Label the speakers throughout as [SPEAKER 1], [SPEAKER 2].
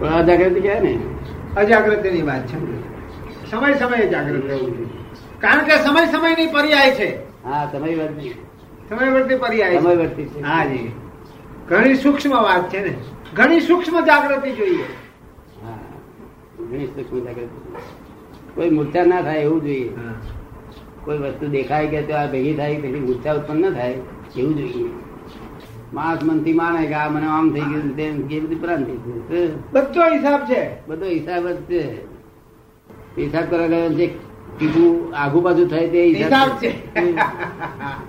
[SPEAKER 1] પણ આ જાગૃતિ કહેવાય ને
[SPEAKER 2] અજાગ્રતની વાત છે સમય સમયે જાગૃત રહેવું જોઈએ કારણ કે સમય સમયની પર્યાય છે
[SPEAKER 1] હા સમય વર્તી
[SPEAKER 2] સમય વર્તી પર્યાય
[SPEAKER 1] સમય
[SPEAKER 2] છે
[SPEAKER 1] વર્તી છે
[SPEAKER 2] હા જી ઘણી સૂક્ષ્મ વાત છે ને ઘણી સૂક્ષ્મ જાગૃતિ જોઈએ
[SPEAKER 1] હા. ઘણી સૂક્ષ્મ જાગૃતિ છે. કોઈ મૂર્છા ના થાય એવું જોઈએ કોઈ વસ્તુ દેખાય કે તો આ ભેગી થાય પછી મૂર્છા ઉત્પન્ન ન થાય એવું જોઈએ માણસ મનથી માને કે આ મને આમ થઈ ગયું તેમ એ બધી ભ્રાંતિ છે
[SPEAKER 2] બધો હિસાબ છે
[SPEAKER 1] બધો હિસાબ જ છે હિસાબ કરવા ગયો જે કીધું આગુ બાજુ થાય તે
[SPEAKER 2] હિસાબ છે
[SPEAKER 1] હમ.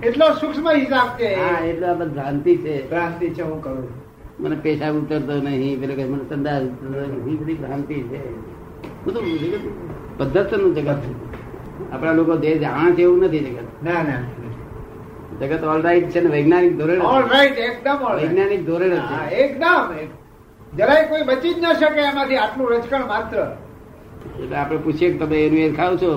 [SPEAKER 2] એટલો સૂક્ષ્મ હિસાબ છે
[SPEAKER 1] હા એટલે આ બધી ભ્રાંતિ છે
[SPEAKER 2] ભ્રાંતિ છે હું કરું છું.
[SPEAKER 1] મને પેશાબ ઉતરતો નહીં પેલો કે મને સંદાસ ઉતરતો નહીં બધી ભ્રાંતિ છે બધું જગત પદ્ધતિનું જગત છે. આપણા લોકો જે જાણે છે એવું નથી જગત
[SPEAKER 2] ના ના
[SPEAKER 1] જગત ઓલરાઈટ છે ને વૈજ્ઞાનિક ધોરણ
[SPEAKER 2] ઓલ રાઈટ એકદમ all right.
[SPEAKER 1] વૈજ્ઞાનિક ધોરણ
[SPEAKER 2] હા,
[SPEAKER 1] છે
[SPEAKER 2] એકદમ જરાય કોઈ બચી જ ન શકે એમાંથી આટલું રચકણ માત્ર
[SPEAKER 1] એટલે આપણે પૂછીએ કે તમે એનું એ ખાવ છો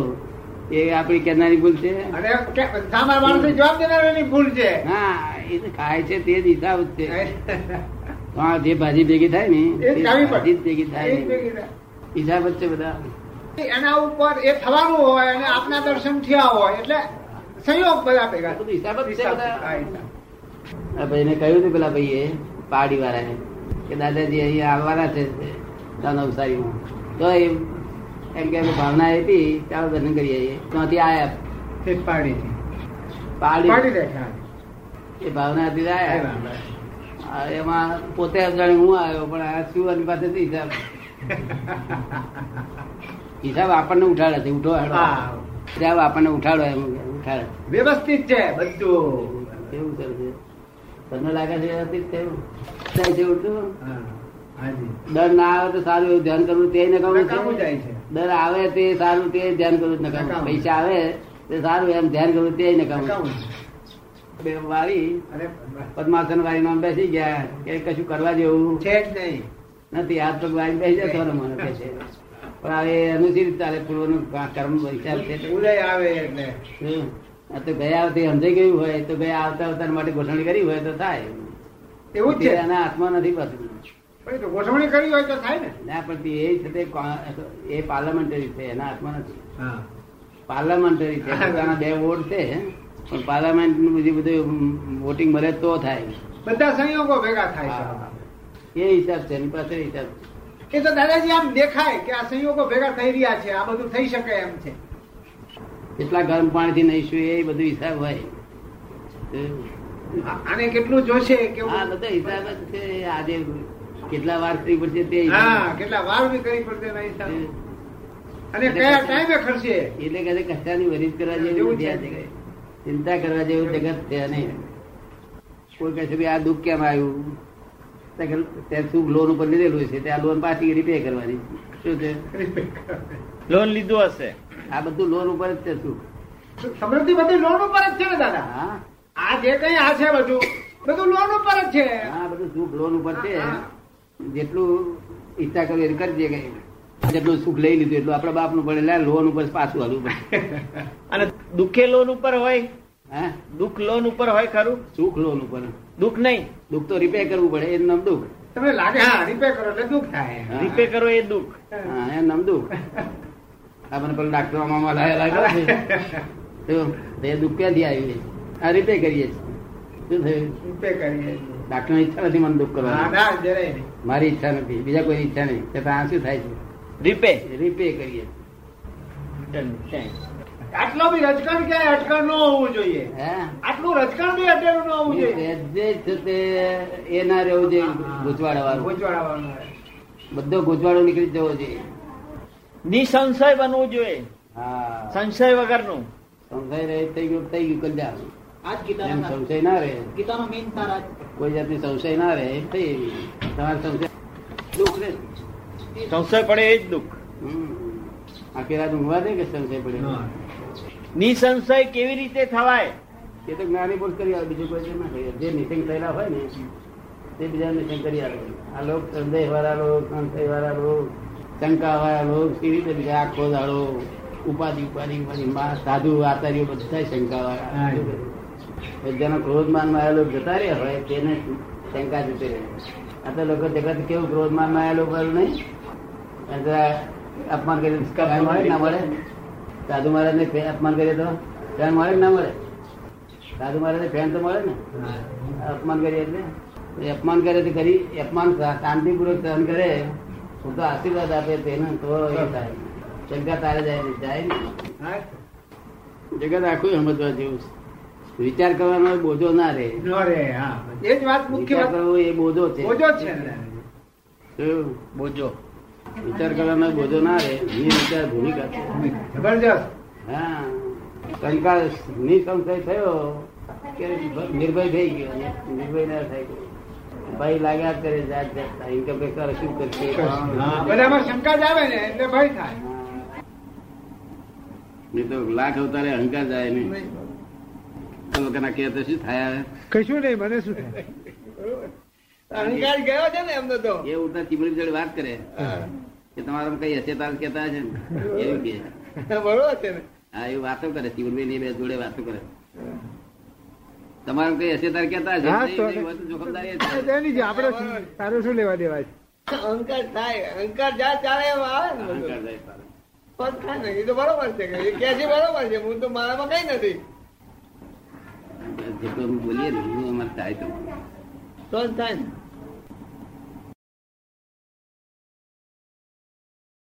[SPEAKER 1] એ આપણી કેનારી ભૂલ છે
[SPEAKER 2] અને કે સામાન્ય માણસની જવાબ દેનારાની ભૂલ છે
[SPEAKER 1] હા એ તો ખાય છે તે જ હિસાબ જ છે હા જે ભાજી ભેગી થાય ને
[SPEAKER 2] એ
[SPEAKER 1] તે
[SPEAKER 2] ખાવી
[SPEAKER 1] ભાજી જ
[SPEAKER 2] પડે.
[SPEAKER 1] ભેગી થાય
[SPEAKER 2] એ જ
[SPEAKER 1] ને
[SPEAKER 2] ભેગી થાય.
[SPEAKER 1] હિસાબ જ છે બધા
[SPEAKER 2] એના ઉપર એ થવાનું હોય અને આપના દર્શન થયા હોય એટલે સંયોગ બધા ભેગા
[SPEAKER 1] બધું હિસાબ જ છે
[SPEAKER 2] હિસાબ,
[SPEAKER 1] બધા.
[SPEAKER 2] હા, હિસાબ.
[SPEAKER 1] આ ભાઈને કહ્યું હતું પેલા ભાઈએ પાડી વાળાને કે દાદાજી અહીંયા આવવાના છે ત્યાં નવસારીમાં તો એ એમ કે એમની ભાવના એ હતી ચાલો દર્શન કરી આવીએ ત્યાંથી આયા
[SPEAKER 2] તે પાડીથી. પાડી
[SPEAKER 1] પાડી
[SPEAKER 2] દે, હા.
[SPEAKER 1] એ ભાવના હતી તો આયા
[SPEAKER 2] બરાબર.
[SPEAKER 1] આ એમાં પોતે અજાણે હું આવ્યો પણ આ શિવાની પાસે હિસાબ હિસાબ આપણને ઉઠાડે છે ઉઠો હેડો
[SPEAKER 2] હા.
[SPEAKER 1] હિસાબ આપણને ઉઠાડો એમ ઉઠાડે
[SPEAKER 2] વ્યવસ્થિત છે બધું
[SPEAKER 1] કેવું કરે છે તમને લાગે છે વ્યવસ્થિત થયું થાય છે ઉઠતું
[SPEAKER 2] હા, હાજી.
[SPEAKER 1] દર ના આવે તો સારું એવું ધ્યાન કરવું તે નકામું
[SPEAKER 2] નકામું
[SPEAKER 1] છે
[SPEAKER 2] જાય છે
[SPEAKER 1] દર આવે તે સારું તે ધ્યાન કરવું જ નકામું
[SPEAKER 2] નકામું.
[SPEAKER 1] પૈસા આવે તે સારું એમ ધ્યાન કરવું તે નકામું
[SPEAKER 2] નકામું.
[SPEAKER 1] બે વાળી
[SPEAKER 2] અને
[SPEAKER 1] પદ્માસન વાળી માં બેસી ગયા કે કશું કરવા જેવું
[SPEAKER 2] છે જ નહીં
[SPEAKER 1] નથી હાથ પગ વાળી બેસી જાય તો મને કે છે પણ હવે એનું શી રીતે ચાલે પૂર્વનું કા- કર્મ હિસાબ છે તે.
[SPEAKER 2] ઉદય આવે એટલે
[SPEAKER 1] શું? આ તો ગયા વખતે સમજાઈ ગયું હોય તો ગયા આવતા આવતા માટે ગોઠવણી કરી હોય તો થાય
[SPEAKER 2] એવું જ
[SPEAKER 1] તે
[SPEAKER 2] છે
[SPEAKER 1] એના હાથમાં નથી પાછું
[SPEAKER 2] પણ એ તો ગોઠવણી કરી હોય તો થાય ને
[SPEAKER 1] ના પણ તે એ છે તે કો- એ પાર્લામેન્ટરી છે એના હાથમાં નથી
[SPEAKER 2] હા
[SPEAKER 1] પાર્લામેન્ટરી છે પોતાના બે વોટ છે પણ પાર્લામેન્ટ નું બીજું બધું વોટિંગ મળે તો થાય
[SPEAKER 2] બધા સંયોગો ભેગા થાય
[SPEAKER 1] એ હિસાબ છે એની પાસે હિસાબ છે.
[SPEAKER 2] છે એ તો દાદાજી આમ દેખાય કે આ સંયોગો ભેગા થઈ રહ્યા છે આ બધું થઈ શકે એમ છે
[SPEAKER 1] કેટલા ગરમ પાણીથી નહીશું એ બધું હિસાબ હોય
[SPEAKER 2] આ- આને કેટલું જોશે કેવું
[SPEAKER 1] આ બધો હિસાબ જ છે આજે કેટલા વાર કરવી પડશે તે
[SPEAKER 2] હા
[SPEAKER 1] હિસાબ.
[SPEAKER 2] કેટલા વાર બી કરી પડશે એના હિસાબે. અને
[SPEAKER 1] એટલે
[SPEAKER 2] કયા
[SPEAKER 1] પછી-
[SPEAKER 2] ટાઈમે ખર્ચીએ
[SPEAKER 1] એટલે કહે છે કશાની વરિત કરવા જેવું
[SPEAKER 2] એવું
[SPEAKER 1] નથી
[SPEAKER 2] છે.
[SPEAKER 1] આ જગત. ચિંતા કરવા જેવું જગત છે નહીં કોઈ કહે છે "ભઈ આ દુઃખ કેમ આવ્યું તો કે તે સુખ લોન ઉપર લીધેલું છે તે આ લોન પાછી રિપે કરવાની છે." શું છે
[SPEAKER 3] લોન લીધું હશે
[SPEAKER 1] આ બધું લોન ઉપર જ છે સુખ
[SPEAKER 2] સમૃદ્ધિ બધી લોન ઉપર જ છે ને દાદા
[SPEAKER 1] હા
[SPEAKER 2] આ જે કઈ આ છે બધું બધું લોન ઉપર જ છે
[SPEAKER 1] હા બધું સુખ લોન ઉપર છે જેટલું ઈચ્છા કરવી એટલું કરજે કઈ જેટલું સુખ લઈ લીધું એટલું આપણા બાપનું પડે એટલે લોન ઉપર પાછું હાલવું પડે
[SPEAKER 3] અને દુઃખે લોન ઉપર હોય
[SPEAKER 1] હા
[SPEAKER 3] દુઃખ લોન ઉપર હોય ખરું
[SPEAKER 1] સુખ લોન ઉપર
[SPEAKER 3] દુઃખ નહીં
[SPEAKER 1] દુઃખ તો રિપેર કરવું પડે એ નામ દુઃખ
[SPEAKER 2] તમે લાગે હા રિપેર કરો એટલે દુઃખ થાય
[SPEAKER 1] હા.
[SPEAKER 3] રીપે કરો એ દુઃખ
[SPEAKER 1] હા એ નામ દુઃખ આપણને પેલું ડાક્ટર મામા લાયા લાગ્યો છે તો એ દુઃખ ક્યાંથી આવ્યું છે આ રિપેર કરીએ છીએ શું થયું
[SPEAKER 2] રિપેર કરીએ છીએ.
[SPEAKER 1] ડાક્ટર ઈચ્છા નથી મને દુઃખ
[SPEAKER 2] હા,
[SPEAKER 1] કરવાની
[SPEAKER 2] ના જરાય નહીં.
[SPEAKER 1] મારી ઈચ્છા નથી બીજા કોઈ ઈચ્છા નહીં છતાં આ શું થાય
[SPEAKER 3] રીપે
[SPEAKER 1] છે રિપેર કરીએ છીએ.
[SPEAKER 2] આટલો બી રજકણ ક્યાંય અટકણ ન હોવું જોઈએ
[SPEAKER 1] હે
[SPEAKER 2] આટલું રજકણ બી અટેલું ન હોવું જોઈએ
[SPEAKER 1] જે છે તે એ ના રહેવું જોઈએ ગૂંચવાડાવાળું.
[SPEAKER 2] ગૂંચવાડાવાળું.
[SPEAKER 1] બધો ગૂંચવાડો નીકળી જવો જોઈએ
[SPEAKER 3] નિસંશય બનવું જોઈએ
[SPEAKER 1] હા
[SPEAKER 3] સંશય વગરનું
[SPEAKER 1] સંશય રહે થઈ ગયો થઈ ગયું કલ્યાણ
[SPEAKER 4] આ જ
[SPEAKER 1] એમ
[SPEAKER 4] ગીતાના
[SPEAKER 1] સંશય ના રહે
[SPEAKER 4] ગીતાનો મેઇન તાર આ જ.
[SPEAKER 1] કોઈ જાતની સંશય ના રહે એમ થઈ ગયું. તમારે સંશય દુઃખ રહે
[SPEAKER 3] સંશય પડે એ જ દુઃખ
[SPEAKER 1] હમ. આખી રાત ઊંઘવા દે કે સંશય પડે
[SPEAKER 2] ના.
[SPEAKER 3] નિસંશય કેવી રીતે થવાય
[SPEAKER 1] એ તો જ્ઞાની પુરુષ કરી આવે બીજું કોઈ તો ના કરી આવે. જે નિસંગ થયેલા હોય ને તે બીજા નિસંગ કરી આવે આ લોક સંદેહ વાળા લોક સંશય વાળા લોક શંકા વાળા લોક કેવી રીતે બીજા આખો દાડો ઉપાધિ ઉપાધિ ઉપાધિ માં સાધુ આચાર્ય બધા શંકા વાળા
[SPEAKER 2] હા.
[SPEAKER 1] જેનો ક્રોધ માન માં આવેલો જતા રહ્યા હોય તેને શંકા જતી રહે આ તો લોકો જગત કેવું ક્રોધમાં માયેલું કરેલું નહીં અને જરા અપમાન કરી કાંઈ મળે કે ના મળે સાધુ મહારાજને ફે- અપમાન કરીએ તો ફેન મળે કે ના મળે સાધુ મહારાજને ફેન તો મળે ને અપમાન કરીએ એટલે એ અપમાન કરે તો કરી અપમાન શાંતિપૂર્વક સહન કરે હું તો આશીર્વાદ આપે તેને તો એ થાય શંકા તારે જાય ને જાય ને
[SPEAKER 2] હા?
[SPEAKER 1] જગત આખું સમજવા જેવું છે વિચાર કરવાનો બોજો ના રહે
[SPEAKER 2] નો રે, હા. એ જ વાત મુખ્ય
[SPEAKER 1] વિચાર
[SPEAKER 2] વાત
[SPEAKER 1] કરવો એ બોજો છે
[SPEAKER 2] બોજો જ છે
[SPEAKER 1] શું?
[SPEAKER 3] બોજો
[SPEAKER 1] વિચાર કરવાનો બોજો ના રહે નિર્વિચાર ભૂમિકા છે
[SPEAKER 2] જબરજસ્ત
[SPEAKER 1] હા શંકા નિસંશય થયો કે નિર્ભય થઈ ગયો નિર્ભય ના થઈ ગયો ભાઈ લાગ્યા જ કરે જાત જાત ઇન્કમ ટેક્સ શું કરશે
[SPEAKER 2] હા, બધામાં શંકા જ આવે ને એટલે ભય થાય
[SPEAKER 1] એ તો લાખ અવતારે અહંકાર જાય નહીં લોકોના કહે તો શું થાય
[SPEAKER 2] કશું નહીં મને શું થાય અહંકાર ગયો છે ને એમનો તો
[SPEAKER 1] એ ઉડતા ચીમડી જોડે વાત કરે કે તમારા કઈ હશે તાર કેતા હશે ને એવું કે
[SPEAKER 2] બરોબર છે ને
[SPEAKER 1] હા એ વાતો કરે ચીમડી બે જોડે વાતો કરે તમારું કઈ હશે તાર કેતા હશે
[SPEAKER 4] હા, તો-
[SPEAKER 1] નહીં, નહીં, જોખમદારી જ છે.
[SPEAKER 4] એની જે આપણે શું- તારે શું લેવા દેવા છે
[SPEAKER 2] અહંકાર થાય અહંકાર જ્યાં ચાલે એમ આવે ને
[SPEAKER 1] અહંકાર
[SPEAKER 2] બધું.
[SPEAKER 1] જાય પાછો.
[SPEAKER 2] પણ થાય ને એ તો બરોબર છે કે એ કહે છે બરોબર છે હું તો મારામાં કઈ નથી
[SPEAKER 1] જેટલું અમે બોલીએ ને એટલું અમારે થાય તો
[SPEAKER 2] તો જ થાય ને